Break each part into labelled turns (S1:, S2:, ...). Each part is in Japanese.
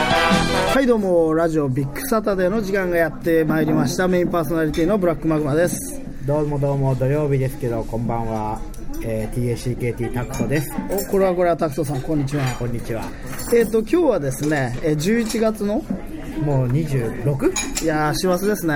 S1: はいどうもラジオビッグサタデーの時間がやってまいりましたメインパーソナリティのブラックマグマです
S2: どうもどうも土曜日ですけどこんばんは、えー、TACKT タクトです
S1: おこれはこれはタクトさんこんにちは
S2: こんにちは
S1: えっ、と今日はですねえー11月の
S2: もう 26?
S1: いやー師走ですね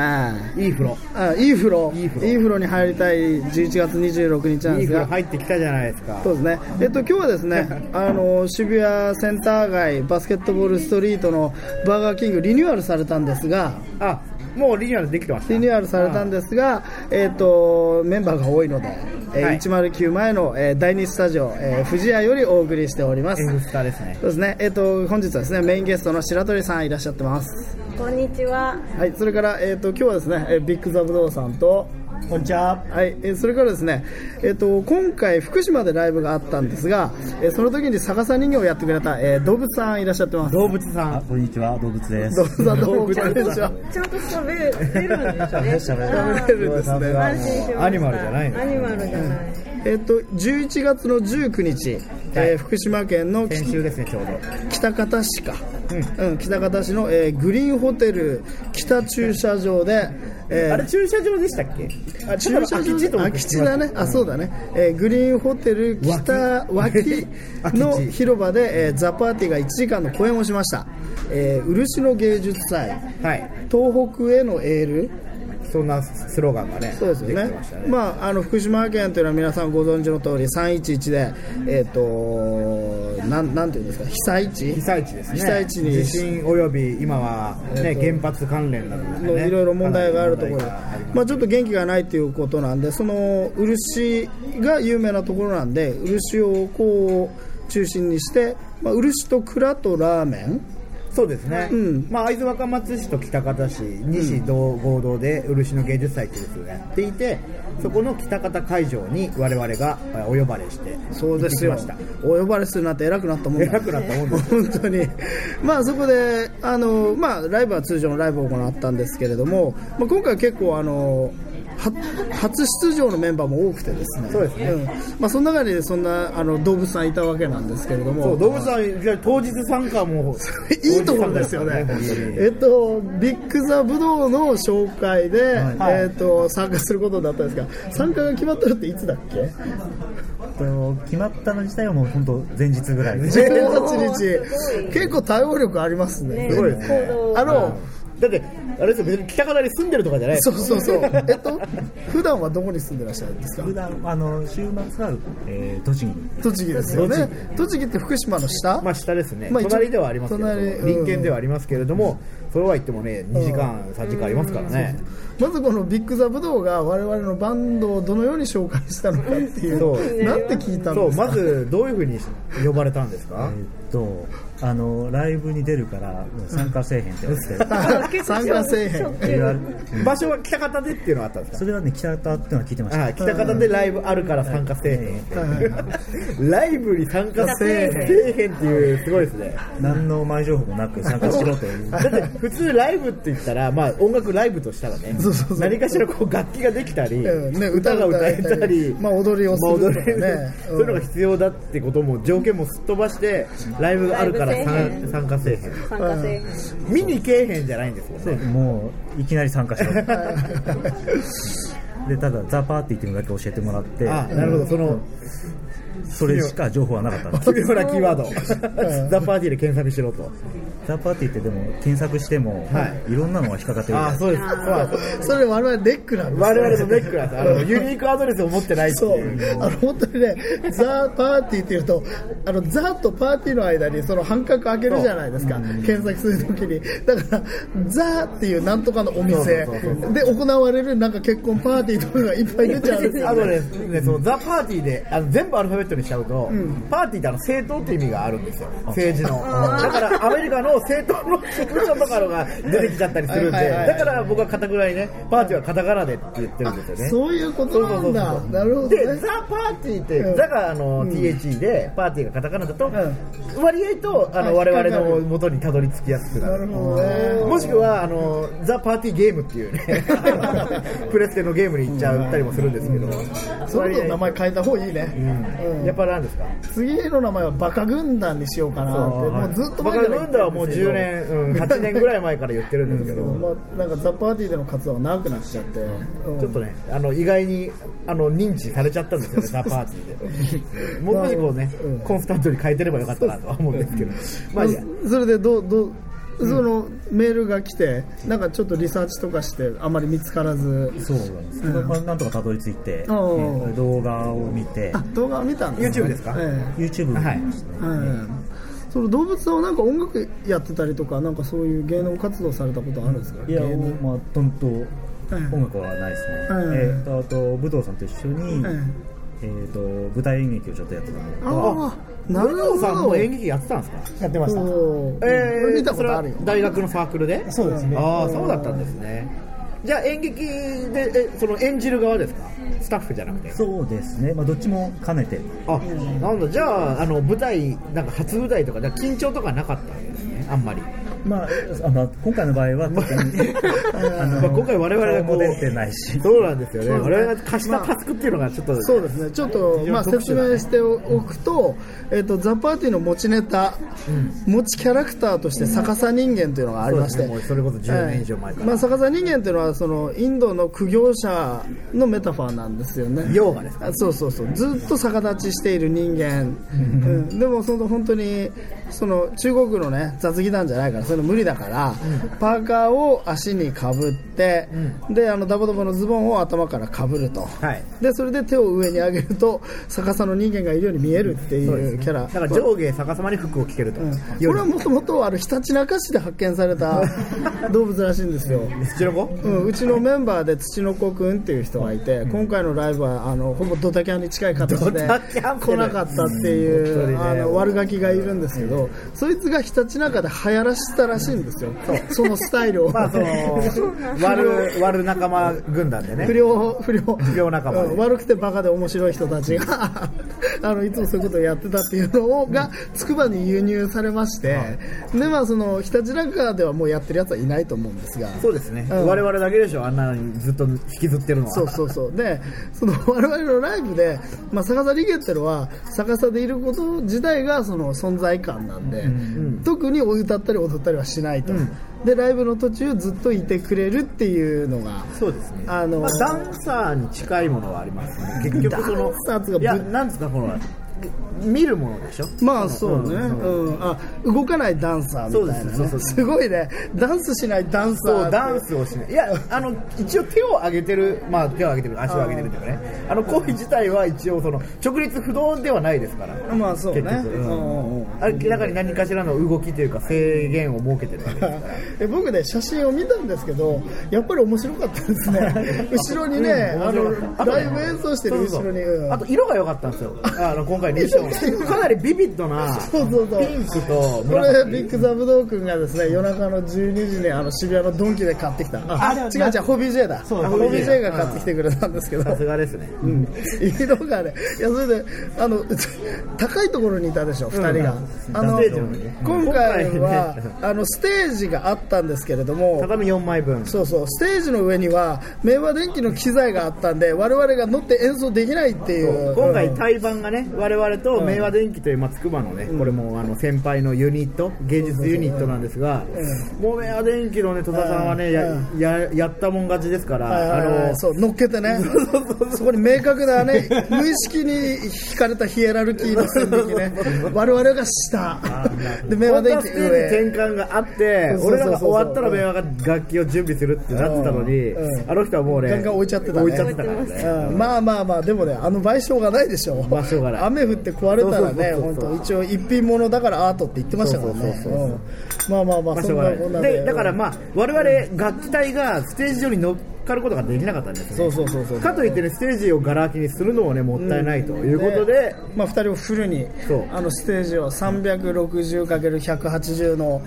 S2: いい風呂
S1: あいい風呂
S2: いい風呂
S1: に入りたい11月26日なん
S2: い
S1: で
S2: い
S1: す
S2: 風
S1: が
S2: 呂入ってきたじゃないですか
S1: そうですね。えっと今日はですね、あの渋谷センター街バスケットボールストリートのバーガーキングリニューアルされたんですが、
S2: あもうリニューアルできてました
S1: リニューアルされたんですが、えっとメンバーが多いので、えー
S2: はい
S1: 109前の、えー第2スタジオ、えー、富士屋よりお送りしております。
S2: F スタですね
S1: そうですね。えっと本日はですねメインゲストの白鳥さんいらっしゃってます。
S3: こんにちは。
S1: はい。それからえっと今日はですね、えービッグザブドウさんと。
S2: こんにちは
S1: はい、えーそれからですね、えっと今回福島でライブがあったんですが、えーその時に逆さ人形をやってくれた、えー動物さんいらっしゃってます
S2: 動物さん
S4: こんにちは、動物で
S1: 動
S4: す。
S1: 物さんどうもこんにちは
S3: ちゃんと喋れ出るんですね。
S1: 喋れるんですね
S3: あー安心しました
S2: アニマルじゃないの
S3: アニマルじゃない。
S1: えっと11月の19日、えー福島県の
S2: 先週ですねちょうど
S1: 北方市か、うん北方市の、えーグリーンホテル北駐車場で、えー
S2: あれ駐車場でしたっけあ
S1: 駐車場
S2: 空き地と思っ
S1: 空
S2: て
S1: き地だね、あそうだね、えーグリーンホテル北 脇の
S2: 空き地
S1: 広場で、えーザ・パーティーが1時間の公演をしました、えー漆の芸術祭、
S2: はい
S1: 東北へのエール、
S2: そんなスローガンがね
S1: そうですよ
S2: でき
S1: ね
S2: てました
S1: まあ、あの福島県というのは皆さんご存知の通り、311で、えっとなんなんていうんですか、被災地
S2: 被災地ですね
S1: 被災地に
S2: 地震および今は、ね原発関連などで
S1: の
S2: ね
S1: いろいろ問題があるところ
S2: かなり問題があります
S1: まあ、ちょっと元気がないということなんでその漆が有名なところなんで漆をこう中心にして、まあ、漆と蔵とラーメン
S2: そうですね、
S1: うん
S2: まあ、会津若松市と北方市西同合同で漆の芸術祭というのをやっていてそこの北方会場に我々がえーお呼ばれして
S1: そうですよ
S2: 行ってきまし
S1: お呼ばれするなんて偉くなったもん
S2: た
S1: だ
S2: 偉くなったもんです
S1: 本当に、まあ、そこであの、まあ、ライブは通常のライブを行ったんですけれども、まあ、今回は結構あのは初出場のメンバーも多くてですね
S2: そうですね
S1: んまあ、その中にそんなあの動物さんいたわけなんですけれども
S2: そう動物さんじゃあ当日参加 も
S1: いいところですよね
S2: 当日参加ですよ。
S1: えっと、ビッグザブドウの紹介で、
S2: はい
S1: えっと、参加することになったんですが、参加が決まったのっていつだっけ
S4: と決まったの自体はもう本当前日 ぐらいで。
S1: ?18 日。結構対応力ありますね。
S2: すごいですね
S3: 行動
S1: あの、
S2: だってあれですよ別に北方に住んでるとかじゃない
S1: そうそうそう。えっと、普段はどこに住んでらっしゃるんですか
S4: 普段あの週末は、えー、栃木に。
S1: 栃木ですよね。栃木って福島の下
S2: まあ下ですね、
S1: まあ一応
S2: 隣ではありますけど
S1: 隣うん
S2: 隣県ではありますけれども、それは言ってもね2時間3時間ありますからね、
S1: まずこのビッグザブドウが我々のバンドをどのように紹介したのかっていう、
S2: そう
S1: なんて聞いたん
S2: そ
S1: で
S2: う
S1: すか
S2: まずどういうふうに呼ばれたんですか、
S4: えーっとあのライブに出るからもう参加せえへんって言わ れて
S1: 参加せえへん。
S4: 言われ。
S2: 場所は北方でっていうのがあったんですか
S4: それはね北方っていうのは聞いてました。
S2: ああ北方でライブあるから参加せえへん ライブに参加せえへんせえへんっていうすごいですね
S4: 何の前情報もなく参加しろと いう
S2: だ。って普通ライブって言ったら、まあ、音楽ライブとしたらね
S1: そうそうそう
S2: 何かしらこう楽器ができたり、
S1: うんね
S2: 歌が歌え
S1: 歌が歌
S2: た
S1: えたり
S2: り、
S1: まあ踊りをするとかね
S2: まあ踊り
S1: うん
S2: そういうのが必要だってことも条件もすっ飛ばしてライブあるからさ
S3: ライブせえへ
S2: ん参加せえへ
S3: 参加性。
S2: ん見にけえへんじゃないんですよね
S4: もういきなり参加しろ。 でただザパーティーっていうのだけ教えてもらって
S2: あなるほどその
S4: それしか情報はなかったんです。
S2: 奇妙なキーワード「ザ・パーティーで検索しろと
S4: ザパーティーってでも検索しても、、
S2: はい
S4: ろんなのが引っかかってる。
S2: ああそうですそうなんです
S1: それ我々レックなんですよ
S2: 我々のネックなんですあのユニークアドレスを持ってないって
S1: そう
S2: いう。
S1: あの本当にね、ザ・パーティーっていうと、あのザとパーティーの間にその半角開けるじゃないですか、検索するときに、だから、ザっていうなんとかのお店
S2: そうそうそう
S1: で行われるなんか結婚パーティーとかがいっぱい出ちゃうんです
S2: あ
S1: よ、
S2: のね、ねそのザ・パーティーであの全部アルファベットにしちゃうと、パーティーってあの政党って意味があるんですよ、政治の。だからアメリカの政党の職務とかのが出てきちゃったりするんで、
S1: はいはいはい
S2: だから僕はカタクラにね、パーティーはカタカナでって言ってるんですよね。
S1: そういうことなんだ、なるほど
S2: で、
S1: ね
S2: ザ・。パーティーって、
S1: うん
S2: ザがあの、THE で、パーティーがカタカナだと、
S1: う
S2: 割合とあ
S1: あ
S2: の
S1: 引っかか
S2: 我
S1: る
S2: 々の元にたどり着きやすくな
S1: な
S2: る
S1: る。ほどね
S2: もしくはあのザ・パーティーゲームっていう ねプレステのゲームに行っちゃったりもするんですけど、
S1: そのと名前変えた方がいいね、うん
S2: やっぱり何ですか
S1: 次の名前はバカ軍団にしようかなって、
S4: そうはい
S1: もうずっと
S2: バ
S1: 前
S2: カ
S1: から
S2: 軍団はもう10年、うん、8年 ぐらい前から言ってるんですけど、
S1: まあ、なんかザ・パーティーでの活動が長くなっちゃって、うん
S2: ちょっとね、あの意外にあの認知されちゃったんで すよね、ザ・パーティーで。もう少しこうね、
S1: うん
S2: コンスタントに変えてればよかったなとは思うんですけど、まあいいや、
S1: それでどうどうそのメールが来てなんかちょっとリサーチとかしてあまり見つからず
S4: そうなんです、まあなんとかたどり着いて、
S1: おうおう
S4: えー動画を見て
S1: あ動画を見たんです
S2: YouTube ですか
S1: え
S4: YouTube を見ましたね、
S1: えうんその動物のなんか音楽やってたりとかなんかそういう芸能活動されたことあるんですか
S4: いや、
S1: 芸能
S4: まあ、とんと
S1: ん
S4: 音楽はないですね、
S1: うん
S4: えーとあと武藤さんと一緒に、
S1: ん
S4: えー、と舞台演劇をちょっとやってたので
S1: ああなるほ
S2: 武
S1: ど
S2: 藤さんも演劇やってたんですか
S5: やってました
S1: おー
S2: え
S1: 俺
S2: ー
S1: 見たことあるよ
S2: それは大学のサークルで
S5: そうですね
S2: ああ、そうだったんですね。じゃあ演劇で、えその演じる側ですかスタッフじゃなくて。
S4: そうですね、まあ、どっちも兼ねて
S2: あ、なんだ、じゃあ、あの、舞台、なんか初舞台とか、じゃあ緊張とかなかったわけですね、あんまり。
S4: まあ、あまあ今回の場合は 特にあの
S2: まあ今回我々が
S4: 顔
S2: こう
S4: も出てないし
S2: そうなんですよね。
S1: そうですね
S2: 我々が貸したタスクっていうのがちょっと、
S1: そうですねちょっと、まあ、説明しておくと,、えっとザ・パーティーの持ちネタ、持ちキャラクターとして逆さ人間というのがありまし
S2: そう
S1: て
S2: ですねもうそれこそ10年以上前から
S1: まあ、逆さ人間というのはそのインドの苦行者のメタファーなんですよね
S2: ヨーガですか
S1: あそうそうそうずっと逆立ちしている人間、うん、でもその本当にその中国のね雑技団じゃないからそういうの無理だから、パーカーを足にかぶって、であのダボダボのズボンを頭からかぶると、
S2: はい
S1: でそれで手を上に上げると逆さの人間がいるように見えるっていうキャラ、
S2: だから上下逆さまに服を着てると、
S1: こ
S2: 夜
S1: れはもともとあのひたちなか市で発見され た動物らしいんですよ、
S2: 土の子
S1: うん、うちのメンバーで土の子くんっていう人がいて、今回のライブはあのほぼドタキャンに近い形で
S2: ドタキャンって
S1: 来
S2: ね
S1: なかったっていう、
S2: うん本当
S1: あ
S2: にね
S1: の悪ガキがいるんですけど、そいつがひたちなかで流行らせたらしいんですよ、そのスタイルを。
S2: まあその 悪悪仲間軍団でね
S1: 不良、不良、
S2: 不良仲間で
S1: うん悪くてバカで面白い人たちがあのいつもそういうことをやってたっていうのをが筑波に輸入されまして、でまあそのひたちなかではもうやってるやつはいないと思うんですが
S2: そうですね、
S1: うん
S2: 我々だけでしょあんなのにずっと引きずってるのは
S1: そうそうそうでその我々のライブで、まあ、逆さリゲっていうのは逆さでいること自体がその存在感なんで、特にお歌ったり踊ったりはしないと、でライブの途中ずっといてくれるっていうのが
S2: そうですね
S1: あの
S2: まあ、ダンサーに近いものはあります ね結局その
S1: ダンサーっていう
S2: い
S1: か
S2: や
S1: ぶ
S2: なんですかこの見るものでしょ
S1: まあそうね、
S2: うん
S1: うん、あ動かないダンサーみたいな、ね、
S2: そうですそうそう
S1: すごいねダンスしないダンサー
S2: そうダンスをしないいやあの一応手を上げてるまあ手を上げてる足を上げてるっていうかねあの行為自体は一応その直立不動ではないですから
S1: まあそうね、
S2: 結局うん
S1: うんうんうん
S2: あれ明らかに何かしらの動きというか制限を設けてるわけですから
S1: え僕ね写真を見たんですけどやっぱり面白かったです ね後ろにね、あのライブ演奏してる後ろに
S2: そうそう
S1: うん
S2: あと色が良かったんですよあの今回の 衣装かなりビビッドな
S1: そうそうそう
S2: ピンクと
S1: これビ
S2: 紫
S1: ッグザブドウ君がですね夜中の12時にあの渋谷のドンキで買ってきたあ
S5: あれは
S1: 違う違うホビー J だ
S5: そう
S1: あホビー J が買ってきてくれたんですけど
S2: さすがですね
S1: うん色がねいやそれであの高いところにいたでしょ2人が、あの
S2: ステージのね
S1: 今回は
S2: 今回ね
S1: あのステージがあったんですけれども
S2: 畳4枚分
S1: そうそうステージの上には明和電機の機材があったんで我々が乗って演奏できないっていう
S2: 今回対バンがね我々と明和電機というまあつくばのねこれもあの先輩のユニット芸術ユニットなんですがもう明和電機のね戸田さんはねや
S1: う
S2: ややったもん勝ちですか
S1: はいはいはい
S2: らあの
S1: そう乗っけてねそこに明確なね無意識に引かれたヒエラルキーの線引きね 我々が下で明和
S2: 本当
S1: 電
S2: は
S1: 機
S2: ステージ
S1: 上
S2: 転換があって
S1: そうそうそう
S2: 俺らが終わったら明和が楽器を準備するってなってたのに
S1: うんうん
S2: あの人はもうね
S1: ガンガン置いちゃってたね
S2: 置いちゃってたからね
S1: うんまあまあまあでもねあの賠償がないでしょ
S2: 賠償がない
S1: 雨降って壊れたらね
S2: そうそうそう
S1: 本
S2: そ
S1: 当
S2: う
S1: 一応一品物だからアートって言ってましたからね
S2: そうそうそうそう
S1: うんまあまあま
S2: ま
S1: あ
S2: あ、
S1: そんなこんな
S2: でだから
S1: あ
S2: まあ我々楽器隊がステージ上に乗っかることができなかったんです
S1: そ
S2: ね
S1: うそうそうそう
S2: かといってねステージをガラ空きにするのもねもったいないということで、
S1: まあ、2人をフルに
S2: そう
S1: あのステージを 360×180 の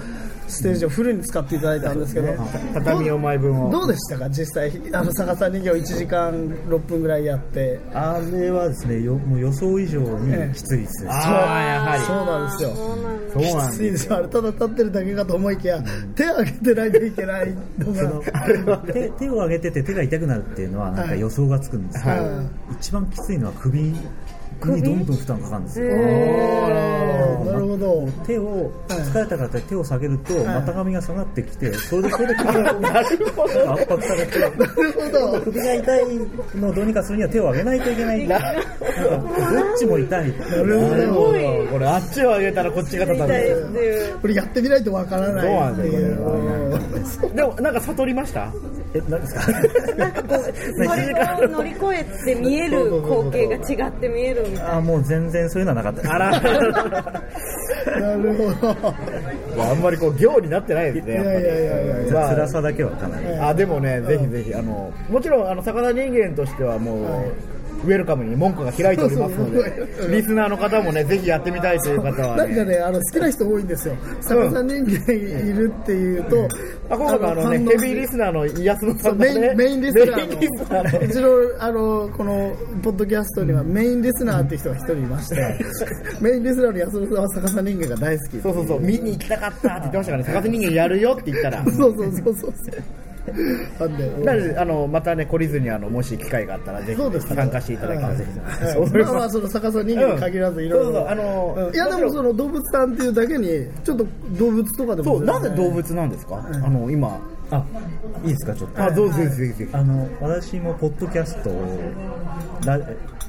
S1: ステージをフルに使っていただいたんですけど、
S2: 畳4枚分を
S1: どうでしたか実際あの逆さ人形1時間6分ぐらいやって
S4: あれはですねよもう予想以上
S1: ええ
S4: にきついですね、
S2: ああやはり
S1: そうなんですよ
S3: そうなんだ。
S2: そうなん
S1: きつい
S2: で
S1: ですすよあれただ立ってるだけかと思いきや手を挙げてないといけないの
S4: その
S1: が
S4: 手手を上げてて手が痛くなるっていうのはなんか予想がつくんですけど、
S1: は
S4: 一番きついのは首にどんどん負担かかるんですよ、
S1: なるほど
S4: 手を疲れた方で手を下げると股上が下がってきてそれでそれで首が圧迫されて 首が痛いのをどうにかするには手を上げないといけないなんかどっちも痛い
S2: なるほどこれあっちを上げたらこっちが立たない
S3: ですっていう
S1: これやってみないとわからない
S2: そうなんだよこれ
S1: うん
S2: でもなんか悟りました
S4: え何ですか
S3: それを乗り越えて見える光景が違って見えるみたい
S4: あもう全然そういうのはなかったあ ら
S1: なるほど
S2: あんまりこう行になってないですね
S1: い
S2: やっぱ
S1: やい
S2: り
S1: やいやいや
S2: まあ
S4: 辛さだけはかなり
S2: あでもね、ぜひぜひあのもちろんあの魚人間としてはもう、ウェルカムに門戸が開いておりますの
S1: そうそう
S2: でリスナーの方もねぜひやってみたいという方 は
S1: なんか
S2: ね
S1: ね、あの好きな人多いんですよ。坂さん人間いるっていうと、
S2: あ今回あのね
S1: 反応
S2: ヘビーリスナーの安野さんが
S1: メイ
S2: ね
S1: ンメインリスナ
S2: メインリスナ
S1: ーの、う
S2: ー
S1: ちの、あの、この、ポッドキャストにはメインリスナーっていう人が一人いま して、メインリスナーの安野さんは逆さ人間が大好き。
S2: そうそうそう見に行きたかったって言ってましたからね魚人間やるよって言ったら
S1: そうそうそうそうそう。なんで、うん
S2: なのであのまたね懲りずにあのもし機会があったらぜ
S1: そうです
S2: ひ
S1: ね
S2: 参加していただけたらぜひ
S1: はい
S2: そう思い
S1: まあま
S2: ま
S1: あ、
S2: す
S1: その逆さ人間に限らず、いろい
S2: そうそう
S1: ろ。
S2: あの
S1: うんいや、でもその動物さんっていうだけに、ちょっと動物とかでも。
S2: そうなぜ動物なんですかあの今
S4: あいいですかちょっと
S2: あどうぞぜひぜひぜひ
S4: あの私もポッドキャストをラ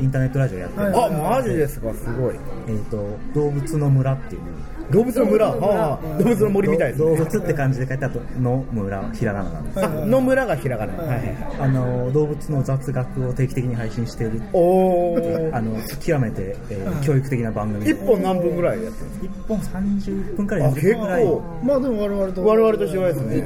S4: インターネットラジオやってる、
S1: はい
S2: あマジですかすごい
S4: えー、と動物の村っていう
S2: 動物の村はあ動物の森みたいです
S4: 動
S2: ね
S4: 物って漢字で書いてあとの村ひらがななんです
S2: あの村がひらがなはいはいはい
S4: あの動物の雑学を定期的に配信している
S2: おお
S4: あの極めて、えー教育的な番組
S2: 一本何分ぐらいやってる
S4: 一本30分から
S2: あ
S4: 40
S2: 結
S4: 分ぐらい
S2: 構
S1: まあでも我々と。
S2: 我々としてはです
S3: な
S2: ね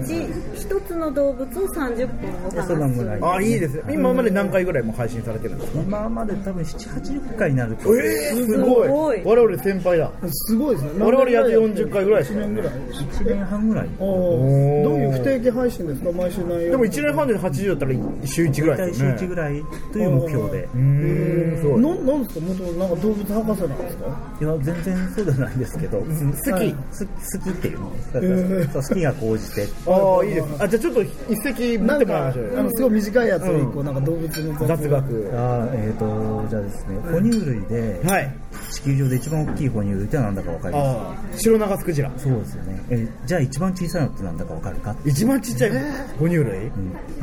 S3: 一一つの動物を30分お話
S4: そんなぐらい
S2: あいいですね今まで何回ぐらいも配信されてるんですか
S4: 今まで多分780回になると
S2: えー、すごい
S3: すごい
S2: 我々先輩だ
S1: すごいですね。
S2: 我々やって40回ぐらいですね
S1: 1年ぐらい。
S4: 1年半ぐらい
S1: ああ、
S2: ー
S1: どういう不定期配信ですか、毎週内容。
S2: でも1年半で80だったら週1ぐら
S4: 大
S2: いで
S4: 体
S2: す
S4: 週
S2: よね
S4: 1ぐらいという目標で
S2: うーんすごい
S1: ななんですか、もともとなんか動物博士なんですか。
S4: いや全然そうではないですけど好
S2: はい
S4: す好きっていうの
S1: ー
S4: そう好きが高じて
S2: ああいいですねあじゃあちょっと一席見
S1: な
S2: て
S1: ん
S2: も
S1: か、
S2: らいま
S1: あ
S2: しょう
S1: の
S2: よ
S1: すごい短いやつを一個、なんか動物の
S2: 雑。学
S4: あーえー、とじゃあですね哺乳類で
S2: はい
S4: 地球上で一番大きい哺乳類って何だか分かります
S2: ああ白長スクジラ
S4: そうですよね、えーじゃあ一番小さいのって何だか分かるかって、
S2: 一番ちっちゃい哺乳類
S4: う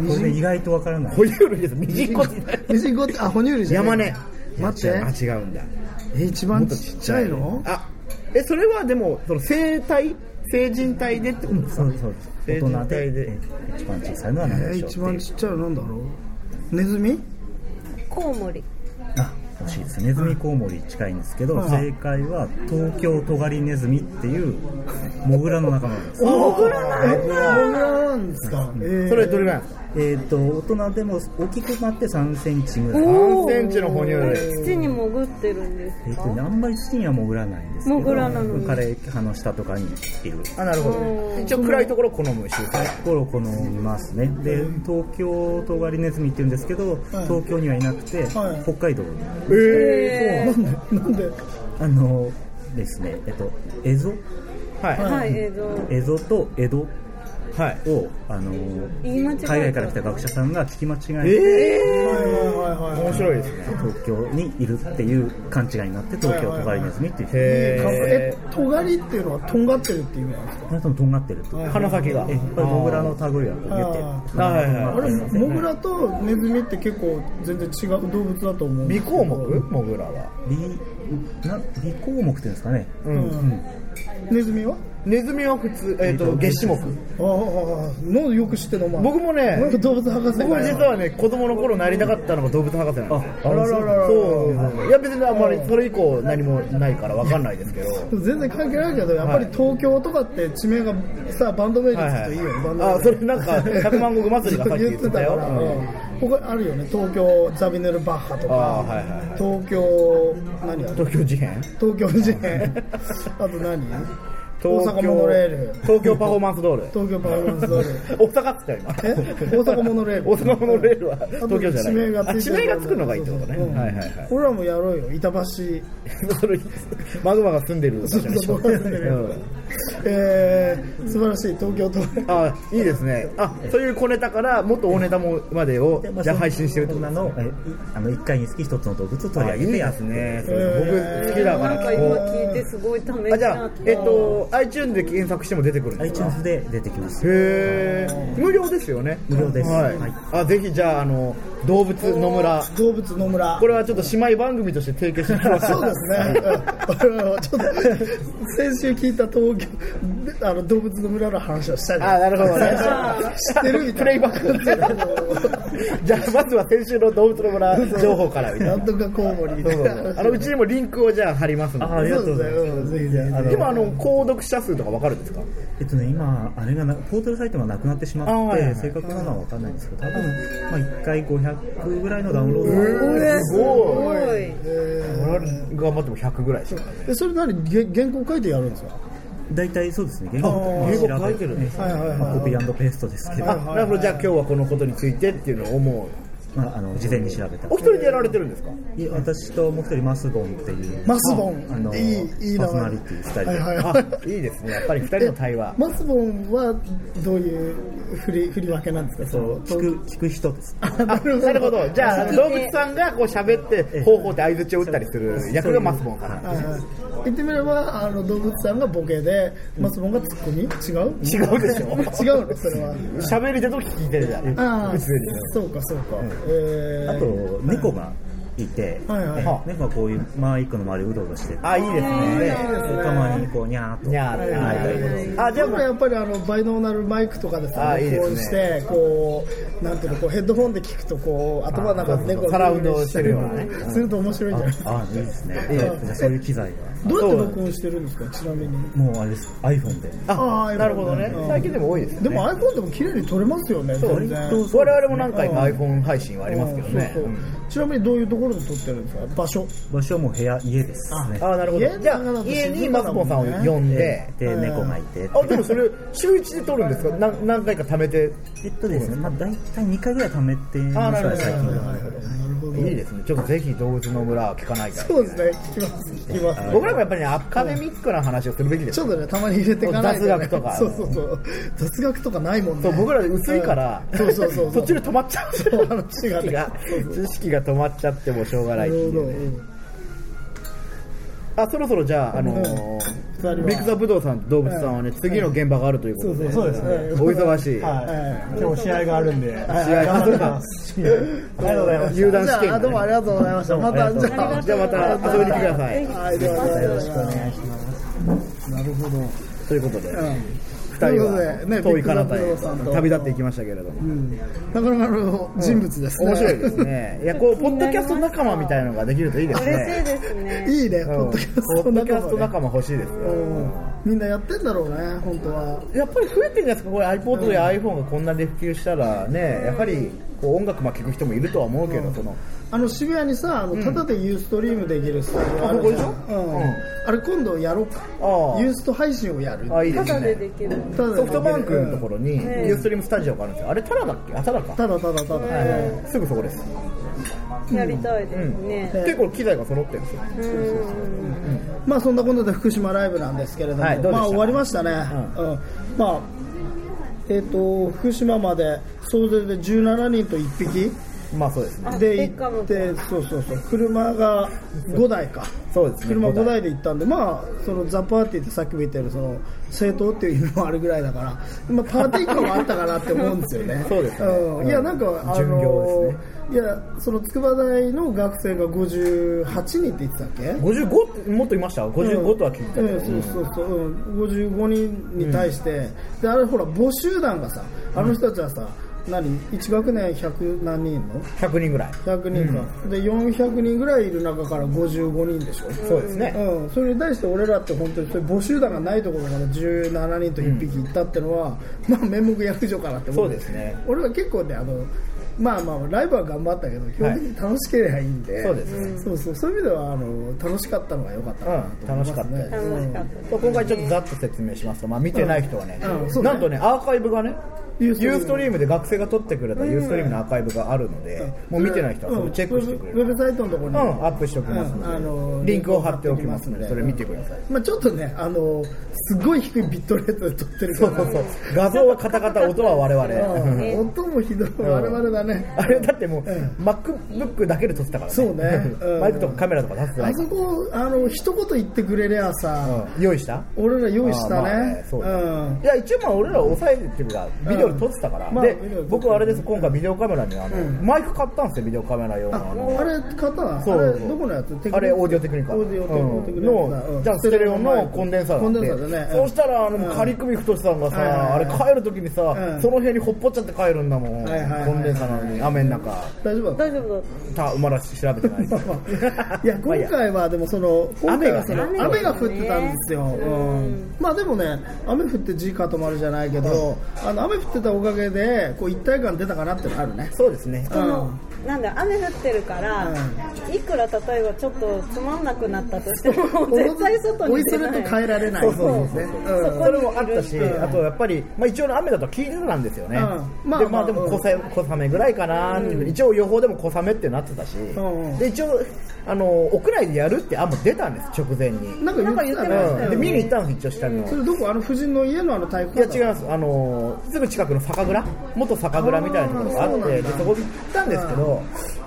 S4: ん、これね意外と分からない
S2: 哺乳類です右っこ
S1: ミジンゴって、あ、哺乳類じゃない
S2: 山根
S1: 待って
S2: あ、違うんだ
S1: え一番ちっちゃいの。
S2: あえそれはでもその生体成人体でってことですか
S4: そうそうです
S2: 成
S4: 大人で
S2: 人体で
S4: えー一番小さいのは何
S1: え
S4: でしょうって
S1: 一
S4: いう、
S1: 番ちっちゃいのなんだろう。ネズミ。
S3: コウモリ
S4: あ惜しいですネズミコウモリ近いんですけど、
S1: うん
S4: 正解は東京トガリネズミっていうモグラの仲間です
S1: モグラなんだ。モグラなんですか。えー
S2: それどれぐらいなんですか
S4: えー、と大人でも大きくなって3センチぐらい、え
S3: おー
S2: センチの哺乳類
S3: 土に潜ってるんです
S4: ー
S3: か
S4: とねあんまり土には潜らないんですけど
S3: 潜らないのに
S4: 枯れ葉の下とかにいる
S2: あなるほど一応暗いところ好む習慣
S4: コロコロいますねで東京トガリネズミっていうんですけど、東京にはいなくて、
S1: はい
S4: 北海道に
S2: え
S3: え
S1: なんで、なんで。
S4: あのですねえっと蝦夷
S2: えはい
S3: ーはい映像
S4: 蝦夷と江戸
S2: はい
S4: をあの
S3: 言い間違えた
S4: 海外から来た学者さんが聞き間違えて
S2: え
S1: はいはいはい
S2: え
S1: はい
S2: 面白いですね
S4: 東京にいるっていう勘違いになって東京トガリネズミっていう
S1: え
S2: へえ、
S1: とがりっていうのは、とんがってるっていう意味なんですか。
S4: そのとんがってると、
S2: 鼻先が
S4: えやっぱりモグラの類はこう言っ
S1: あ
S4: て
S2: ーはいはいはい
S1: あれ、モグラとネズミって結構全然違う動物だと思うんで
S2: 微
S1: すけど。
S2: 項目モグラは
S4: 微な微項目っていうんですかね
S1: うんネズミは
S2: ネズミは普通えっと月種
S1: あ
S2: 目
S1: あのよく知ってるお前
S2: 僕もね
S1: なんか動物博士
S2: 僕実はね子供の頃なりたかったのが動物博士なんですよ
S1: あらららら
S2: そういや別にあんまりそれ以降何もないからわかんないですけど
S1: 全然関係ないけどやっぱり東京とかって地名がさバンド名でつくといいよね、バンド名
S2: あそれなんか100万石祭りがさっき
S1: 言
S2: 言
S1: っ
S2: って
S1: た
S2: てた
S1: か
S2: よ
S1: ら、
S2: うん
S1: うん他あるよね東京ザビネルバッハとか
S2: あーはいはいはい
S1: 東京何や
S2: 東京事変
S1: 東京事変あと何大阪モノレール
S2: 東京パフォーマンスドール
S1: 東京パフォーマンスドール
S2: 大阪っつったよ
S1: え大阪モノレール
S2: 今大阪モノレールは東京じゃない
S1: 地名がついて
S2: あ地名がつくのがいいってことね、
S1: うん
S2: はいはいはい
S1: 俺らもやろうよ板橋
S2: それマグマが住んでる場所でしょ、
S1: そうそうそうえー、素晴らしい東京都
S2: うんあいいですねあそういう小ネタからもっと大ネタもまでをじゃあ配信してるって
S4: そ
S2: こと
S4: んなのえあの1回につき1つの動物を取り
S2: あ
S4: 上
S2: いい
S4: げてや
S2: で
S4: っ
S2: すねそ
S1: えー
S2: れ僕好きだか
S3: なん
S2: ら
S3: か
S2: 聞
S3: 今
S2: こう
S3: 聞いてすごいため
S2: あ
S3: に
S2: じ
S3: な
S2: ゃあ
S3: っ、
S2: えっと、iTunes で検索しても出てくるんですか
S4: iTunes で出てきます
S2: へえ無料ですよね
S4: 無料です
S2: はい
S4: はい
S2: あぜひじゃああの動物野村
S1: 動物野村
S2: これはちょっと姉妹番組として提携していきます
S1: そうですね、うん俺はちょっと先週聞いた東京であの動物の村の話をしたい
S2: あなるほどね
S1: 知ってるみたいな
S2: プレイバッ クじゃあまずは先週の動物の村情報からみた
S1: ないん
S2: な
S1: とかコウモリ
S2: そうそうそうあのうちにもリンクをじゃあ貼ります
S4: ああ
S2: の
S4: り
S2: で
S4: がとうございます
S1: そうですね、うん、ぜひぜひ
S2: 今あの購読者数とかわかるんですか
S4: えっとね、今、あれがな、ポータルサイトがなくなってしま
S2: あ
S4: っ
S2: はいはい
S4: て、正確なのは分かんないんですけど、多分、まあ、1回500ぐらいのダウンロード
S3: これすご
S2: す
S3: い
S2: 我々頑張っても100ぐらいしかない
S1: えそれ何げ原稿書いてやるんですか
S4: 大体そうですね、言語
S1: あ
S2: ー言語書いてるんです
S1: ねはいはいはい
S4: まあ、コピーペーストですけど、
S1: はい
S2: な
S4: ま
S2: るほどじゃあ今日はこのことについてっていうのを思
S4: あ、あの、事前に調べた
S2: うお。一人でやられてるんですか
S4: いや私ともう一人、マスボンっていう。
S1: マスボン
S4: あの、
S1: いいいい名前
S4: パーソナリティ2人で。
S1: はいはい
S2: あ
S1: はい
S2: いいですねやっぱり二人の対 話
S1: マスボンはどういう振り振り分けなんですかそ
S4: そう
S1: の
S4: 聞く、聞く人です。
S1: なる
S2: なるほどじゃあ動物さんがこう喋って方法で相槌を打ったりする役がマスボンかな
S1: はいはい言ってみればあの動物さんがボケでマスボンがツッコミ違う
S2: 違うでしょ
S1: 違うのそれ は
S2: 喋り手と聞いてるじゃん
S1: ああ
S2: 普通に
S1: そうかそうか、え
S4: あ
S1: ー、
S4: と、猫がいて、
S1: はいはい
S4: えー猫がこういう、まあ、一個の周りをうろうろしてて、
S2: あいいですね
S4: たまにこう、にゃーっと。
S2: にゃー
S1: はいはい
S2: ってあじゃあ
S1: 僕
S2: も
S1: はや
S2: う
S1: っぱりあのバイノーナルマイクとかでさ
S2: あいいですね
S1: 録音してこうなんていうのこうヘッドホンで聞くとこう頭の中で
S2: あそうそう
S1: 猫
S2: サラウンドしてるようなね
S1: すると面白いんじゃない
S4: ああいいですね、じゃあそういう機材が
S1: どうやって録音してるんですかちなみに
S4: もうあれです iPhone で
S1: あ
S2: あ
S1: ー
S2: なるほどね
S1: うん
S2: 最近でも多いですよ
S1: で
S2: ね
S1: も iPhone でも綺麗に撮れますよね全然
S4: 割
S2: 我々も何回か iPhone 配信はありますけどね
S1: そうそうちなみにどういうところで撮ってるんですか場所
S4: 場所はもう部屋家ですね
S2: ああなるほどじゃあ
S1: 家
S2: 家
S1: に
S2: にマスボンさんを呼んで
S4: で猫がいて
S2: あでもそれ週一で撮るんですかな何回か貯めて
S4: えっとですねまあ大体2回ぐらい貯めてますから最近は
S1: なるほど
S2: いいですねちょっとぜひ動物の村は聞かないから
S1: そうですね聞きます聞きます
S2: 僕らもやっぱりねアカデミックな話をするべきで
S1: ち
S2: す
S1: ょ
S2: よ
S1: っとね、たまに入れていかないと、ね。
S2: 雑学とか
S1: そうそうそう。雑学とかないもんね。
S2: そう僕ら薄いから、
S1: うんそうそうそう。
S2: 途中で止まっちゃう
S1: そう話がね
S2: 知識が知識が止まっちゃってもしょうがな
S1: ないる
S2: ってい
S1: ほど。
S2: う
S1: う
S2: ね
S1: ん
S2: あそろそろじゃあ、あの
S1: 二人
S2: ー、
S1: は
S2: ビッグザブドウさんと動物さんはね、次の現場があるということで、
S5: そうですね
S2: お忙しい、
S5: はい、今日試合があるんで、
S2: 試合
S5: 頑張ります。ありがとうございます。
S2: 入団試
S1: じ
S2: 験
S1: ゃあ、ど
S2: が
S1: う
S2: ね、
S1: もありがとうございました。また、じゃあ、
S2: じゃあまた遊びに来てください。
S1: はい、では、よろしくお願いします。なるほど。
S2: ということで、二、
S1: という
S2: 人
S1: ことでね
S2: は遠い彼方
S1: ビッグザブドウさん
S2: へ
S1: と
S2: 旅立っていきましたけれども、
S1: なかなかの人物ですね。
S2: 面白いですね。いや、こう、ポッドキャスト仲間みたいなのができるといいですね。
S3: 嬉しいですね
S1: いいね、ポ
S2: う
S1: ッ
S2: ん
S1: ドキャス
S2: ポ
S1: ト
S2: ッドキ
S1: 仲
S2: ャス
S1: 間
S2: ト
S1: ね。
S2: 仲間欲しいですよ。
S1: うんみんなやってんだろうね、本当は。
S2: やっぱり増えてるんじゃないですか、これ iPod や iPhone がこんなで普及したらね、やはりこう音楽まあ聴く人もいるとは思うけど、その
S1: あの渋谷にさ、あのタダでユーストリームできるスタジオあるじゃん
S2: あここでしょ
S1: うん
S2: うん
S1: あれ今度やろうか。
S2: ああ
S1: ユースト配信をやる。
S2: あいい
S3: た
S2: です
S3: だでで
S2: ね。
S3: きる
S1: タダでできる
S2: ソフトバンクのところに、ユーストリームスタジオがあるんですよ。あれ、タラだっけあ、タラか。
S1: ただただただ、
S2: すぐそこです。
S3: やりたいですね
S2: 結構機材が揃ってるんですよ。
S3: うん
S1: まあそんなことで福島ライブなんですけれども、
S2: はいどうでした
S1: まあ終わりましたね、うんまあえっ、と福島まで総勢で17人と1匹
S2: まあそうですね。
S3: あベ
S1: で
S3: ッカ
S1: 行
S3: ム
S1: ってそうそうそう車が5台か
S2: そうですね。
S1: 車5
S2: 五台。
S1: 台で行ったんで、まあ、そのザ・パーティーってさっきも言ったようにその政党っていう意味もあるぐらいだから、まあ、パーティー感はあったかなって思うんですよね
S2: そうですね
S1: うんいや、なんか、あ
S2: 巡業
S1: の
S2: で
S1: いや、その筑波大の学生が58人って言ってたっけ
S2: 55ってもっといました ?55 とは聞いたけ
S1: ええ
S2: ど。
S1: そうそうそう、うん、55人に対して、であれほら募集団がさあの人たちはさ、何1学年100何人いんの
S2: 100人ぐらい。
S1: 100人か、で400人ぐらいいる中から55人でしょ、
S2: そうですね。
S1: うん、それに対して俺らって本当にそういう募集団がないところだから17人と1匹いったってのは、まあ面目躍如かなって思
S2: そうですね
S1: 俺は結構ねあのまあまあライブは頑張ったけど基本的に楽しければいいんで、
S2: そうですね
S1: そうそうそういう意味ではあの楽しかったのが良かったかなと思い
S2: 楽
S1: ま
S2: し
S1: す
S2: かった
S1: ね、
S2: です
S3: 楽しかった
S2: そう今回ちょっとざっと説明しますと、まあ、見てない人はね、
S1: うんうんそうね
S2: なんとねアーカイブがねユ
S1: ユー
S2: ー
S1: ストリーム
S2: ストリームで学生が撮ってくれたユーストリームのアーカイブがあるので、もう見てない人はそれチェックしてくれ
S1: うんウェブウ
S2: る
S1: ェブサイトのところに、
S2: うん、アップしておきますので、
S1: うんあの
S2: リンクを貼っておきますので、それ見てください。
S1: まあ、ちょっとねあのすごい低いビットレートで撮ってるか
S2: そ
S1: ら
S2: うそうそう。画像はカタカタ、音は我々。
S1: うん音もひどい我々だね
S2: あれだってもう、MacBook だけで撮ってたからね。
S1: そうねうん
S2: マイクとかカメラとか出す
S1: あそこあの一言言ってくれりゃさ、
S2: 用意した
S1: 俺ら用意した
S2: あーまあ
S1: ね
S2: そう
S1: う
S2: だ
S1: ん
S2: いや一応まあ俺ら抑えてるっていうかビデオで撮ってたから、
S1: まあ
S2: で
S1: ビデオで撮って
S2: 僕はあれです今回ビデオカメラにあの、マイク買ったんですよビデオカメラ用のあの
S1: ああれ買ったな
S2: そう
S1: あれどこのやつテクニ
S2: あれオーディオテクニカ
S1: オーディオテクニカ
S2: うんのじゃあステレオのコンデンサーだ
S1: コ
S2: っ
S1: ン
S2: て
S1: デンサーだね
S2: そうしたらあの、
S1: うん
S2: 仮組太さんがさ、
S1: はいはいはい
S2: あれ帰る時にさ、
S1: うん
S2: その辺にほっぽっちゃって帰るんだもん、
S1: はいはいはい
S2: コンデンサーなのに雨の中
S1: 大丈 夫だ
S3: 大丈夫だった
S2: 馬らし調べ てない
S1: いや
S2: まあいい
S1: 今回はでもその今
S2: 雨
S1: 回
S2: が
S1: は
S2: ね
S1: その
S3: 雨がね
S1: 雨が降ってたんですよ、うんまあでもね雨降って字固まるじゃないけどあの雨降ってたおかげでこう一体感出たかなってのあるね
S2: そうですね
S3: そのなんだ雨降ってるから、いくら例えばちょっとつまんなくなったとし ても絶対外
S1: 追
S3: に
S1: いす
S3: 出
S1: る
S3: な
S1: と
S3: い
S1: 変えられない
S2: そうそうそうそう、
S1: う
S2: それもあったし、あとやっぱり、まあ、一応の雨だと聞いてたんですよね、
S1: うんまあ
S2: でま
S1: ま
S2: あ
S1: あ
S2: でも小雨,、小雨ぐらいかなっていう、一応予報でも小雨ってなってたし、
S1: んうん
S2: で一応あの屋内でやるって案も出たんです直前に、
S1: なんか言ってたね
S2: うんで見に行ったんです一応下見を、
S1: それどこあの夫人の家のあの体育
S2: いや
S1: 館
S2: 違います、あのーすぐ近くの酒蔵、元酒蔵みたいなところがあっ
S1: あーそうな
S2: て、で
S1: んだ
S2: そこ行ったんですけど、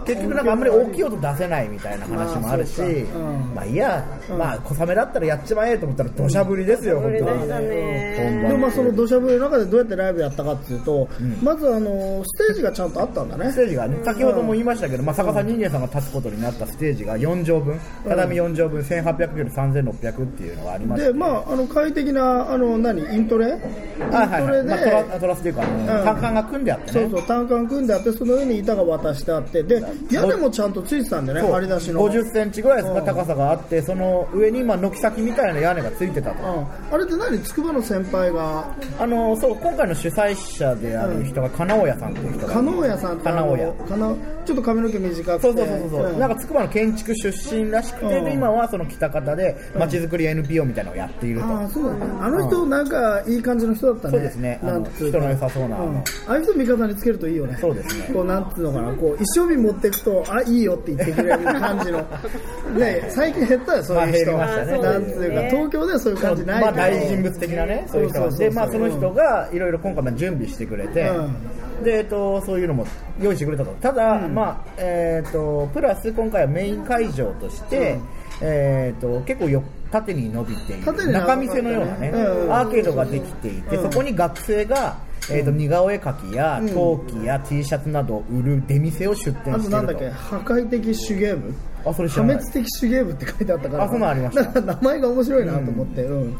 S2: 結局なんかあんまり大きい音出せないみたいな話もあるし、
S1: あーそうかうん
S2: まあいいや、まあ小雨だったらやっちまえと思ったら土砂降りですよ、
S3: こ
S2: 本
S3: れ
S2: 当
S3: だ
S2: に。
S3: ったね
S1: でもまあその土砂降りの中でどうやってライブやったかっていうと、まずあのステージがちゃんとあったんだね
S2: ステージがね、先ほども言いましたけど、まあ、逆さ人間さんが立つことになったステージが4畳分、畳4畳分、1800より3600っていうのがありまし
S1: で
S2: て、
S1: まああの快適なあの何イントレイント
S2: あはいは
S1: レ
S2: いまあ、トラ
S1: で
S2: トラスというか、あの
S1: ん
S2: 単管が組んであってね。
S1: そうそう単管組んであってその上に板が渡してあってで屋根もちゃんとついてたんだよね張り出しの
S2: 50センチぐらいですか
S1: うん
S2: 高さがあってその上に今軒先みたいな屋根がついてた
S1: う
S2: と
S1: ん、あれって何筑波の先輩が
S2: あのそう今回の主催者である人が金尾屋さんっていう人が
S1: 加納屋さんってあの
S2: 金尾屋
S1: 加納ちょっと髪の毛短くて
S2: そうそうそうそう、
S1: ん
S2: なんか筑波の建築出身らしくて、
S1: うん
S2: で今はその北方でまちづくり NPO みたいなのをやっていると、
S1: ああそうだねあの人なんかいい感じの人だったね
S2: そうですねあの
S1: なんつう
S2: 人の良さそうなあの
S1: んああいう人味方につけるといいよね
S2: そうですね
S1: こうなんつうのかなこう一生日持っていくとあいいよって言ってくれる感 じのね最近減ったよそういう人
S2: まあ減りましたね
S1: なんつうか東京ではそういう感じない
S2: まあ、
S1: から
S2: 大人物的なねそういう人が
S1: そうそうそう
S2: でまあその人がいろいろ今回まあ準備してくれて、
S1: う
S2: でえっとそういうのも用意してくれたとただ、まあえっとプラス今回はメイン会場として、えっと結構よ縦に伸びてい
S1: 縦
S2: る
S1: に
S2: 中見せのようなね、
S1: うん
S2: アーケードができていて、
S1: うん
S2: そこに学生が、えっと似顔絵描きや陶器や T シャツなどを売る出店
S1: あと
S2: を出店して
S1: ないんだっけ
S2: る
S1: 破壊的手芸部
S2: とあそれ知
S1: 破
S2: らない
S1: 滅的手芸部って書いてあったから
S2: あそんなんありました
S1: なんか名前が面白いなと思って、うん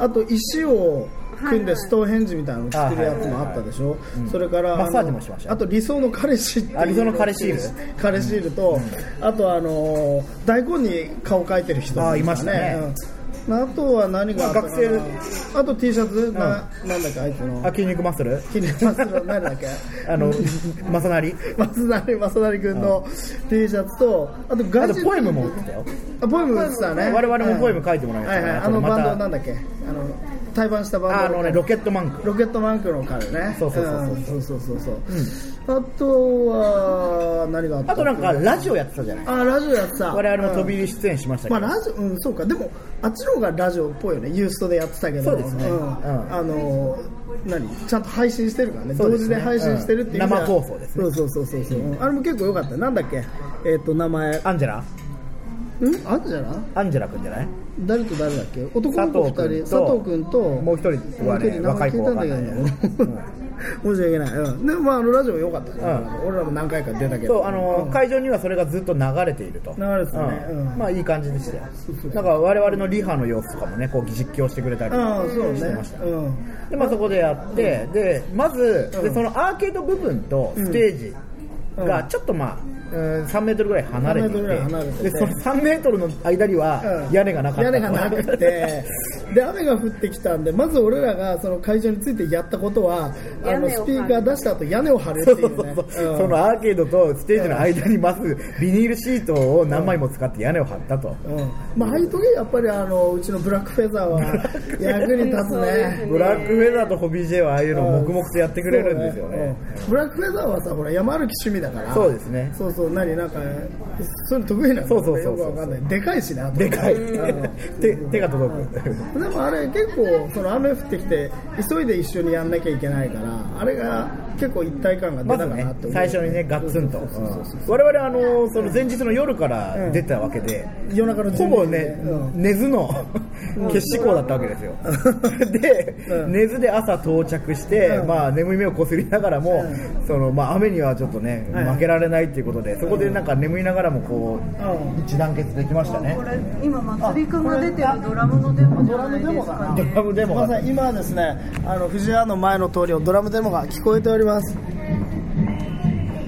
S1: あと石を組んでストーンヘンジみたいなのを作るやつもあったでしょ、それから
S2: マッサージもしましたよ
S1: あのあと理想の彼氏っていう
S2: あ理想の彼シール
S1: 彼シールと、あとあのー大根に顔描いてる人
S2: あいましたね
S1: うんあとは何があったかな
S2: まあ学
S1: あと T シャツ、ななんだっけあいつの
S2: あ筋肉マッスル
S1: 気に入りますよ何だっけ
S2: あのマサナリ
S1: 松成正成君の T シャツとあと
S2: あ
S1: ガ
S2: と
S1: ジ
S2: ポエムも売ってたよ
S1: あポエム打ってたね
S2: 我々もポエム書いてもらいま
S1: は
S2: し
S1: い
S2: た
S1: はい
S2: から
S1: あの
S2: これ
S1: バ
S2: ま
S1: ン
S2: た
S1: ドなんだっけあの対バンしたバン
S2: あ
S1: ド
S2: のね、ロケットマンク。
S1: ロケットマンクの彼ね
S2: そうそうそうそうん
S1: そうそうそうそうあとは何があった
S2: あ
S1: っけ
S2: となんか、ラジオやってたじゃない。
S1: あラジオやってた
S2: 我々も飛び
S1: うん
S2: 入り出演しました
S1: ま
S2: け
S1: あ
S2: ど。
S1: ラジオうんそうかでもあっちの方がラジオっぽいよねユーストでやってたけど
S2: そうですね
S1: ん
S2: うん
S1: あの何ちゃんと配信してるからね
S2: そうで
S1: 同
S2: す
S1: 時
S2: ね
S1: で配信してるっていう意味では
S2: うん生放送ですね
S1: そうそうそうそうそううんあれも結構良かったなんだっけえっと名前ん
S2: アンジェラ
S1: あんじゃない
S2: アンジェラくんじゃない
S1: 誰と誰だっけ男の子二人
S2: 佐
S1: 佐
S2: 藤
S1: 藤
S2: 君
S1: 君
S2: と
S1: と
S2: もう一人はね
S1: もう一人名前聞いたんだ
S2: 若い
S1: け
S2: 子
S1: ど
S2: わ
S1: 申し訳ない、うん、でもまああのラジオ良かったね、
S2: う
S1: 俺らも何回か出たけど
S2: そう、あの、会場にはそれがずっと流れていると。
S1: 流れてたね
S2: うん
S1: うん
S2: まあいい感じでしたよ。なんか我々のリハの様子とかもね、こう実況してくれたりと
S1: あ
S2: か
S1: あそう
S2: してま
S1: ね
S2: した。
S1: うん
S2: で、まあそこでやって、で、まず、
S1: うん
S2: でそのアーケード部分とステージが
S1: うん
S2: ちょっとまあ、うん3メートルぐらい離れてい
S1: 3メートルぐらい離れて
S2: て、
S1: て
S2: で、その3メートルの間には
S1: うん
S2: 屋根がなかった。
S1: 屋根がなくてで雨が降ってきたんでまず俺らがその会場についてやったことはあ
S3: 屋
S1: の
S3: 根
S1: ス
S3: を張る
S1: ピーカー出した後屋根を張るっ
S2: そう
S1: てい
S2: そう
S1: う
S2: そう
S1: ね
S2: そう、
S1: うん
S2: そのアーケードとステージの間にますビニールシートを何枚も使って屋根を張ったと、
S1: うんまあああいう時はやっぱりあのうちのブラックフェザーは役に立つ
S3: そうで
S1: ね
S3: すね
S2: ブラックフェザーとホビー J はああいうのを黙々とやってくれるんですよ
S1: そ
S2: ね
S1: うねうんブラックフェザーはさほら山歩き趣味だから
S2: そうですね
S1: そうそう何なんかそういうの得意なの
S2: そうそうそうそう
S1: よくわかんないでかいしな
S2: でかい
S1: うん
S2: 手手が届く
S1: でもあれ結構その雨降ってきて急いで一緒にやんなきゃいけないからあれが結構一体感が出
S2: ま
S1: た
S2: ず
S1: か
S2: ね
S1: なって思う、
S2: 最初にねガッツンとうん我々あのその前日の夜から出たわけで、
S1: 夜中の
S2: ほ
S1: 準
S2: ぼ
S1: 備
S2: ね
S1: で、
S2: 寝ずの 決死校だったわけですよ。 で、
S1: うん
S2: 寝ずで朝到着して、
S1: うん
S2: まあ眠い目をこすりながらも、そのまあ雨にはちょっとね、
S1: はい
S2: 負けられないっていうことで、そこでなんか眠いながらもこう、
S1: うんうん
S2: 一致団結できましたね
S3: こ。れ今祭りくんが出てるドラムのデモじゃないですか
S2: ドラムデ
S1: すみ
S2: モ
S1: ま
S2: が
S1: せん今はですねあの藤屋の前の通りをドラムデモが聞こえております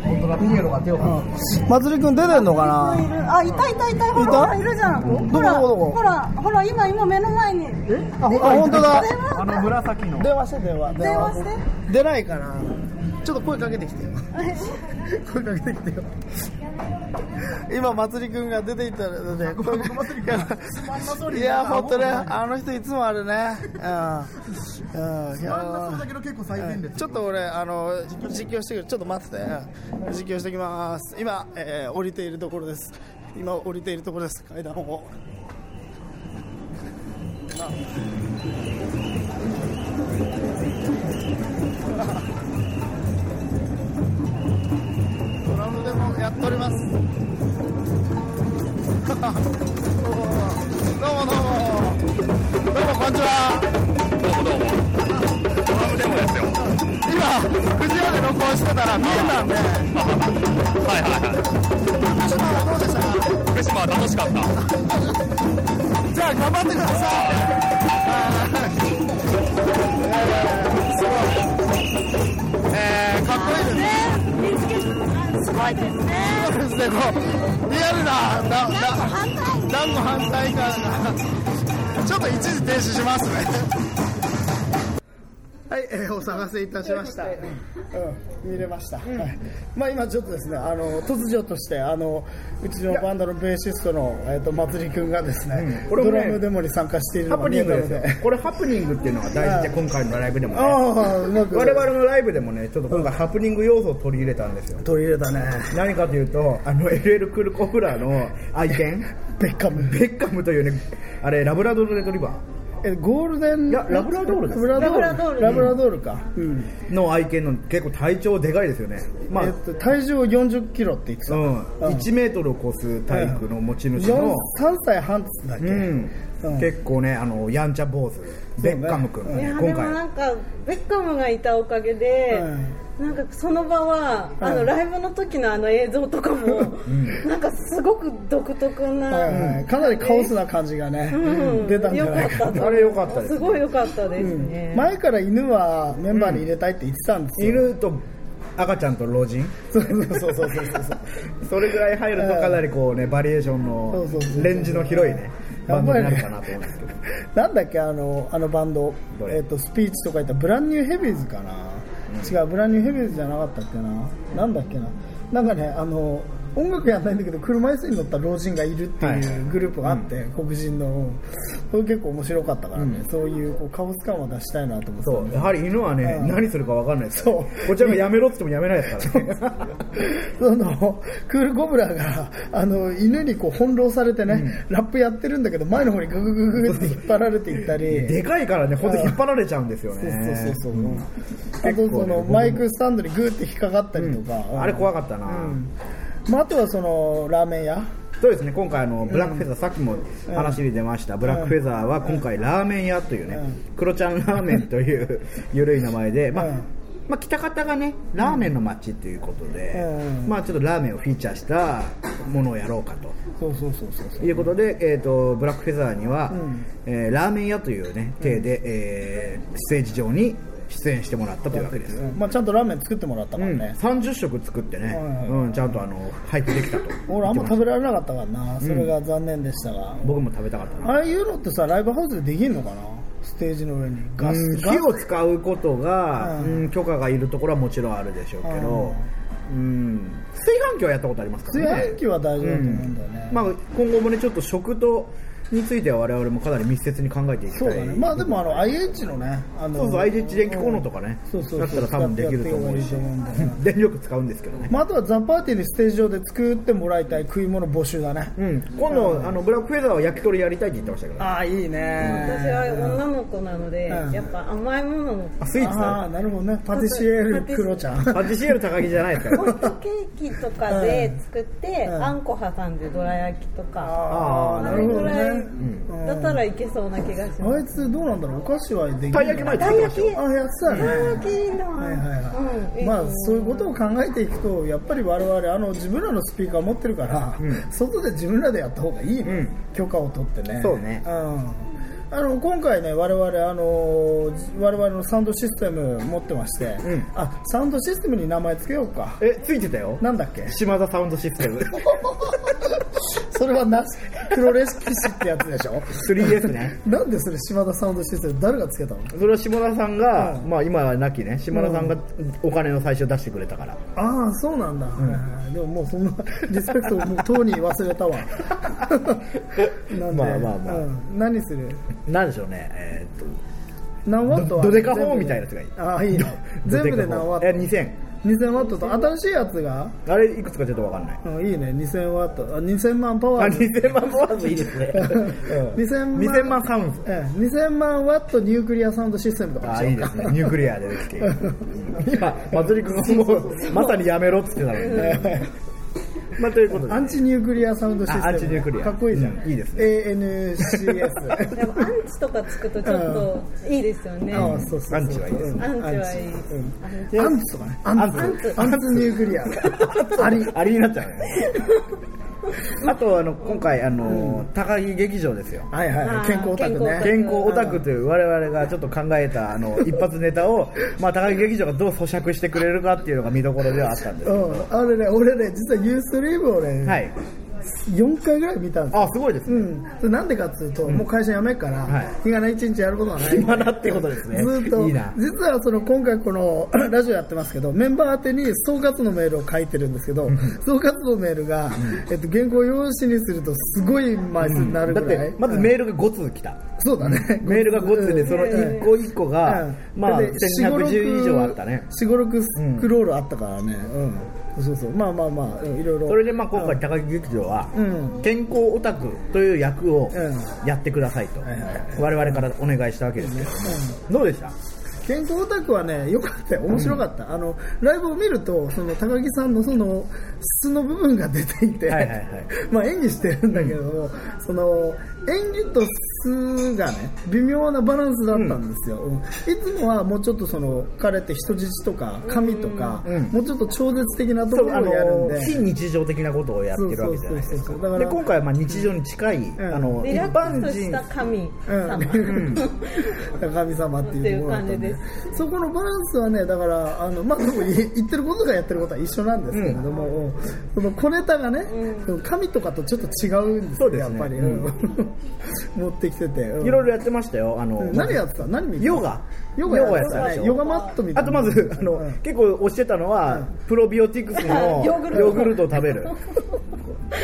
S2: 本当だピエロが手を張って
S1: まつりくん出てんのか
S3: い
S1: な
S3: るあいたいたいたほ
S1: いた
S3: らほらいるじゃん
S1: ど
S3: ほ
S1: こど
S3: ら
S1: こ
S3: ほらほら今今目の前に
S1: あ本当だ
S3: 電話
S5: あの紫の
S1: 電話して電話
S3: 電話して
S1: 出ないかなちょっと声かけ てきてよ声かけてきてよ今まつりくんが出ていったので声かけていや本当ねあの人いつもあれねうんうんいや
S5: けど結構最善
S1: ちょっと俺あの実況してくるちょっと待っててうん実況してきます今、えー降りているところです今降りているところです階段をドラムでもやっております どうもどうもどうもこんにちは今、藤屋で録音してたら見えたんで、
S6: はいはいは
S1: 福島はどうでしたか
S6: い。福島は楽しかった。
S1: じゃあ頑張ってください。はいえー、かっこいいですね。
S3: 見つけすごいですね
S1: そうですね、こう、リアルな、な、な、
S3: 反対
S1: ダムの反対からが、ちょっと一時停止しますね。 はい、えーお探せいたしました。うん、見れました。はいまあ今ちょっとですね、あの突如としてあのうちのバンドのベーシストのえっ、とまつりくんがですね、
S2: うんこれも
S1: ド
S2: ね
S1: ラムデモに参加している
S2: ハ
S1: のが
S2: プ
S1: 見
S2: ニ
S1: え
S2: ング
S1: たの
S2: ですよ
S1: で。。
S2: これハプニングっていうのが大事 で、今回のライブでも ね。
S1: ああ、うまく
S2: 我々のライブでもね、ちょっと今回ハプニング要素を取り入れたんですよ。
S1: 取り入れたね。
S2: 何かというと、あの LL クルコフラーの愛犬、
S1: ベッカム。
S2: ベッカムというね、あれ、ラブラドルレトリバ
S1: えゴールデン
S2: いやラブラドールです
S1: ラブラドールラブラドールか。
S2: ーの愛犬の結構体長でかいですよね。まあ、
S1: えっと体重40キロって言ってた。
S2: うん、1メートルを超す体育の持ち主
S1: 4
S2: の、
S1: 3歳半っつったっけ、
S2: うん
S1: うん
S2: 結構ね、あの、やんちゃ坊主、ベッカム君、
S1: うん
S3: いやで
S2: 今
S3: もな
S2: 回。
S3: んかベッカムがいたおかげで、なんかその場は、あのライブの時のあの映像とかも、なんかすごく独特
S1: は
S3: な、
S1: いはいかなりカオスな感じがね、
S3: うん
S1: 出たんじゃない
S3: 良
S1: か
S3: かったと思う
S2: あれ良かったです
S3: すごい良かったですね、
S1: 前から犬はメンバーに入れたいって言ってたんですよ、
S2: 犬と赤ちゃんと老人
S1: そうそうそうそうそう
S2: それぐらい入るとかなりこうね、バリエーション
S1: そうそうそうそ
S2: の
S1: う
S2: レンジの広いね、バ
S1: や
S2: ン
S1: っ
S2: ド
S1: ぱり
S2: にな
S1: ね
S2: るかなと思うんですけど。
S1: なんだっけあのあのバンド、
S2: どれ
S1: えっとスピーチとか言ったブランニューヘビーズかな、違うブランニューヘビーズじゃなかったっけななんだっけななんかねあの音楽やんないんだけど車椅子に乗った老人がいるって
S2: はい
S1: いうグループがあって、黒人のそれ結構面白かったからね、そういうこうカオス感は出したいなと思ってた
S2: そ
S1: ん
S2: う、
S1: で
S2: やはり犬はね、
S1: うん
S2: 何するか分かんないですよ
S1: そう
S2: こちらがやめろって言ってもやめないですからね。
S1: そのクールコブラがあの犬にこう翻弄されてね、ラップやってるんだけど前の方にグググググって引っ張られていったり
S2: でかいからね、ほんと引っ張られちゃうんですよ
S1: そう
S2: ね。
S1: そうそうそう、
S2: ん
S1: あと
S2: 結構
S1: そ
S2: ね
S1: の
S2: 僕も
S1: マイクスタンドにグーって引っかかったりとか、
S2: あれ怖かったな。
S1: まあ、あとはそのラーメン屋
S2: そうですね今回あのブラックフェザー、さっきも話に出ました、ブラックフェザーは今回ラーメン屋というね、
S1: うん
S2: 黒ちゃんラーメンという 緩い名前で、まあ
S1: うん
S2: まあ、北方がねラーメンの街ということで、
S1: うん
S2: まあ、ちょっとラーメンをフィーチャーしたものをやろうかと。
S1: そうそうそうそうそう
S2: いうことで、えー、とブラックフェザーには、
S1: ん
S2: えーラーメン屋という、ね、体で、えーステージ上に出演してもらったというわけです。
S1: まあ、ちゃんとラーメン作ってもらったか
S2: う
S1: ら
S2: ん、
S1: ね、
S2: 30食作ってね、
S1: はいはい
S2: うん、ちゃんとあの入ってできたと
S1: 俺あんま食
S2: べ
S1: べられなかったからなそれが残念でしたが、
S2: 僕も食べたかったな
S1: ああいうのってさライブハウスでできんのかなステージの上にガス、
S2: うん
S1: ガス
S2: 火を使うことが、
S1: うん
S2: うん許可がいるところはもちろんあるでしょうけど、うん、炊飯器はやったことありますか
S1: 炊
S2: らね
S1: 飯器は大丈夫だと思うんだよね、
S2: まあ、今後もねちょっと食とについては我々もかなり密接に考えていきたい
S1: そうだねまあでもあの IH のねあの
S2: そうそう IH 電気コーナーとかね
S1: そうそう
S2: だったら多分できると思うし
S1: 使ってやってもいいと思うんだよね
S2: 電力使うんですけどね
S1: まあ、あとはザ・パーティーにステージ上で作ってもらいたい食い物募集だね、
S2: うん、今度、あのブラックフェザーは焼き鳥やりたいって言ってましたけど、
S1: ああいい
S3: 私
S1: ね
S3: は女の子なので、
S1: うん
S3: やっぱ甘いものの
S2: あスイーツ
S1: ああなるほどねパティシエールクロちゃん
S2: パティシエール高木じゃないです
S3: ホ
S2: か
S3: ットケーキとかで作って、
S1: うん
S3: あんこ挟んでどら焼きとか、
S1: ああなるほどね
S3: あれぐらいだったらいけそうな気がしま
S1: あ
S3: す
S1: いつどうなんだろうお菓子はできる
S2: たい焼き前って
S3: たい
S2: 言って
S3: 焼き
S1: あやってたね
S3: たい焼きいいな
S1: はいはいはい
S3: うん
S1: まあ
S3: いいと思
S1: そういうことを考えていくとやっぱり我々あの自分らのスピーカー持ってるから、外で自分らでやった方がいいね、
S2: うん
S1: 許可を取ってね
S2: そうね
S1: んあの今回ね我々あのじ我々のサウンドシステム持ってまして、
S2: ん
S1: あサウンドシステムに名前つけようか
S2: ましたえついてたよ
S1: なんだっけ
S2: 島田サウンドシステム
S1: それはなし黒レシピ士ってやつでしょ
S2: 3ですね
S1: なんでそれ島田サウンドシステム誰がつけたの
S2: それは下田さんが、
S1: うん
S2: まあ今は亡きね島田さんがお金の最初出してくれたから、
S1: ああそうなんだ、はいはいでももうそんな リスペクトをもうとうに忘れた わなんで
S2: まあまあまあ
S1: うん何する
S2: なんでしょうねえーっ
S1: 何ワット
S2: と
S1: は
S2: ドデカホーンみたいなやつがいい
S1: ああいいね全部で何ワ
S2: え
S1: ッ
S2: 2000
S1: ト2000ワットと新しいやつが、
S2: あれいくつかちょっとわかんない
S1: うん、いいね2000ワットあ2000万パ
S2: あ
S1: ワー
S2: 2000万ボアーズいいですね、
S1: 2000万
S2: 2000万サウンズ
S1: ええ2000万ワットニュークリアサウンドシステムとか
S2: あ
S1: に
S2: い
S1: し
S2: い
S1: よう
S2: で
S1: か
S2: すねニュークリアでできて今まつり君もまさにやめろっつってたのにね まあということで
S1: アンチニュークリアサウンドシステム
S2: あアンチニュークリア
S1: かっこいいじゃん、
S2: うんいいですね
S1: ANCS
S3: でもアンチとかつくとちょっといいですよね、
S1: ああそうそうそう
S2: アンチはいいです
S3: アンチはいい、
S1: アンツとかね。アンツ。アンツ。ニュークリア。あり。
S2: ありになっちゃう ねあとあの今回あの高木劇場ですよ
S1: はいはいはい。健康オタク
S3: 健康オタ
S1: ね
S3: ク。
S2: 健康オタクという我々がちょっと考えたあの一発ネタ を、まあ、高木劇場がどう咀嚼してくれるかっていうのが見どころではあったんです
S1: うん。あれね、俺ね、実はユーストリームを
S2: は
S1: ね、
S2: い
S1: 4回ぐらい見たんですよ。
S2: あすごいです
S1: う
S2: ね、
S1: ん。それなんでかっつうと、もう会社辞めっから
S2: はい、
S1: 日がない一日やることはない。
S2: 暇だってことですね
S1: ずっと
S2: いいな
S1: 実はその今回この ラジオやってますけどメンバー宛てに総括のメールを書いてるんですけど総括のメールが、えっと、原稿用紙にするとすごい枚数になる
S2: だっ
S1: ぐらい、
S2: てまずメールが5通来た、
S1: そうだね
S2: メールが5通でその1個1個が、
S1: うん
S2: まあ
S1: で
S2: 1210以上あったね
S1: 四五六スクロールあったからね、うんそうそうまあまあまあうんいろいろ
S2: それでまあ今回高木劇場は、
S1: うん
S2: 健康オタクという役を
S1: う
S2: やってくださいと、
S1: いはい
S2: 我々からお願いしたわけですけど、どうでした
S1: 健康オタクはねよかったよ面白かった、あのライブを見るとその高木さんのその素の部分が出ていて、
S2: はいはいはい
S1: まあ演技してるんだけども、その演技と素がね微妙なバランスだったんですよ、うんいつもはもうちょっとその彼って人質とか神とか、
S2: うん
S1: もうちょっと超絶的なとこ
S2: そう
S1: ろ
S2: あ
S1: をやるん
S2: の
S1: で
S2: 非日常的なことをやってるわけじゃないです
S1: そうそうそうそう
S2: か
S1: だから
S2: で今回はまあ日常に近い、
S1: ん
S2: あの
S3: リ
S2: 一
S3: ラッ
S2: 般
S3: クスし
S2: 人
S3: た神様、
S1: うん神様っていうところだったん
S3: ってい
S1: で
S3: う感
S1: そこのバランスはねだからあのまあ多分い言ってることがやってることは一緒なんですけれども、うんその小ネタがね、その神とかとちょっと違うんです
S2: そ
S1: よ
S2: うですね
S1: やっぱり、うん持ってきてて、うん
S2: いろいろやってましたよあの、
S1: うん何やってた何見てた
S2: ヨガ
S1: ヨガやって
S2: ヨガや
S1: た
S2: ってたでしょ
S1: ねヨガマットみたいな
S2: あとまずあの、
S1: うん
S2: 結構推してたのは、プロビオティク スの
S3: ヨ
S2: ヨ
S3: ーグルト
S2: ーグルトを食べる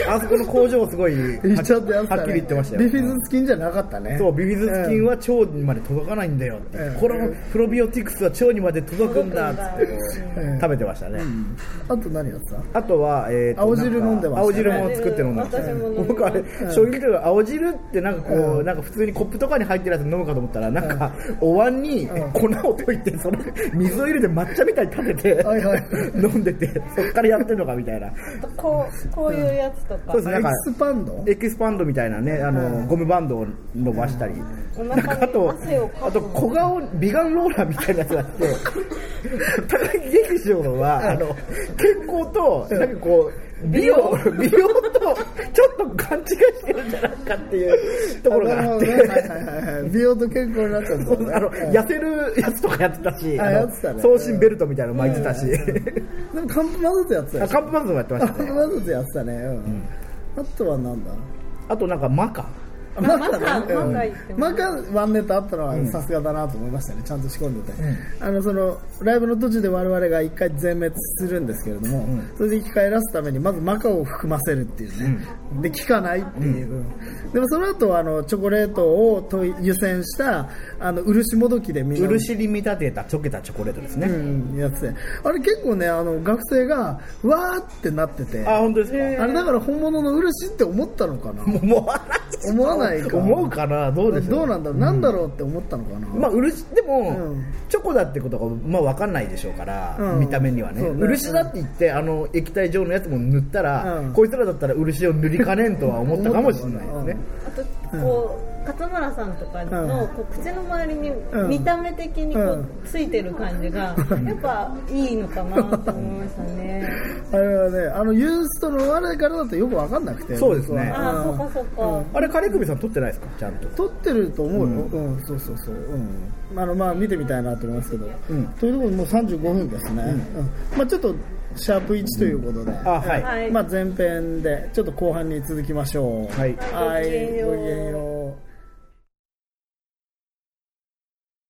S2: あそこの工場すごいは
S1: 言っちゃってやってたね
S2: はっきり言ってましたよ
S1: ビフィズス菌じゃなかったね
S2: そうビフィズス菌
S1: は、
S2: は腸にまで届かないんだよって、
S1: うん
S2: このプロビオティクスは腸にまで届くんだっつってこう
S1: うん
S2: 食べてましたね、
S1: うんあと何やってた
S2: あとは、えーと
S1: 青汁飲んでましたね
S2: なんか青汁も作って飲んでました
S3: 私も飲んでました
S2: 僕あれ衝撃的だ青汁ってなんかこう、なんか普通にコップとかに入ってるやつ飲むかと思ったらなんか、お椀に粉を溶いてその水を入れて抹茶みたいに立てて、
S1: はいはい
S2: 飲んでてそっからやってるのかみたいな
S3: こうこういうやつとか、
S2: そうです
S1: エ
S2: ねなん
S1: キ
S2: か
S1: スパンド
S2: エキスパンドみたいなねあの、ゴムバンドを伸ばしたり、
S3: お
S2: なんか
S3: 腹
S2: あ
S3: に
S2: と
S3: 汗をかく
S2: あと小顔美顔ローラーみたいなやつがあって 高木劇場のはあの健康となんかこう美容美容とちょっと勘違いしてるんじゃないかっていうところがあって
S1: なるほどねはいはいはいはい美容と健康になっちゃったんだね
S2: あの、痩せるやつとかやってたし、
S1: あ
S2: あの
S1: やってたね
S2: 送信ベルトみたいなの巻いてたし、
S1: でもカンプ混ぜてやってたで
S2: あ
S1: しょ
S2: カップマンズもやってま
S1: カ
S2: し
S1: ン
S2: た
S1: プ
S2: ね。
S1: 混ぜてやってたねうんあとはなんだ
S2: あとなんかマカ。
S1: あマカ
S3: マカマ
S1: ね
S3: カ行って
S1: うん
S3: も
S1: マカワンネタあったのはさすがだなと思いましたねちゃんと仕込んでてあのそのライブの途中で我々が一回全滅するんですけれどもそれで生き返らすためにまずマカを含ませるっていうねで効かないっていううんでもその後はあのチョコレートをと湯煎したあの漆もどきでみんな
S2: 漆に見立てたちょけたチョコレートですね。
S1: うんやつであれ結構ねあの学生がわーってなってて
S2: あ、
S1: あ
S2: 本当ですか、
S1: れだから本物の漆って思ったのかな
S2: もう笑
S1: 思わない
S2: っ
S1: か
S2: 思うかなどうでしょう
S1: どうなんだろうなんだろうって思ったのかな
S2: まあ、漆でも、
S1: うん
S2: チョコだってことが、まあ、分かんないでしょうから、
S1: うん
S2: 見た目にはね
S1: そうね
S2: 漆だって言ってあの液体状のやつも塗ったら、
S1: うん
S2: こいつらだったら漆を塗りかねんとは思ったかもしれないですね、
S3: あとこう勝村さんとか
S1: う
S3: の
S1: ん
S3: こう口の周りに
S1: ん
S3: 見た目的にこ
S1: う
S3: うついてる感じがやっぱいいのかなと思いましたね
S1: あれはねあのユーストのあれからだとよく分かんなくて
S2: そうですね
S1: 僕は
S3: ああそうかそうか
S2: あれ金首さん取ってないですかちゃんと
S1: 撮ってると思うよ、うんそうそうそう、うんあのまあ、見てみたいなと思いますけど、というところでもう35分ですね、うんまあ、ちょっとシャープ1ということで、
S2: あはい、
S3: はい
S1: まあ、前編でちょっと後半に続きましょう
S2: はい
S1: はい、ごきげんよう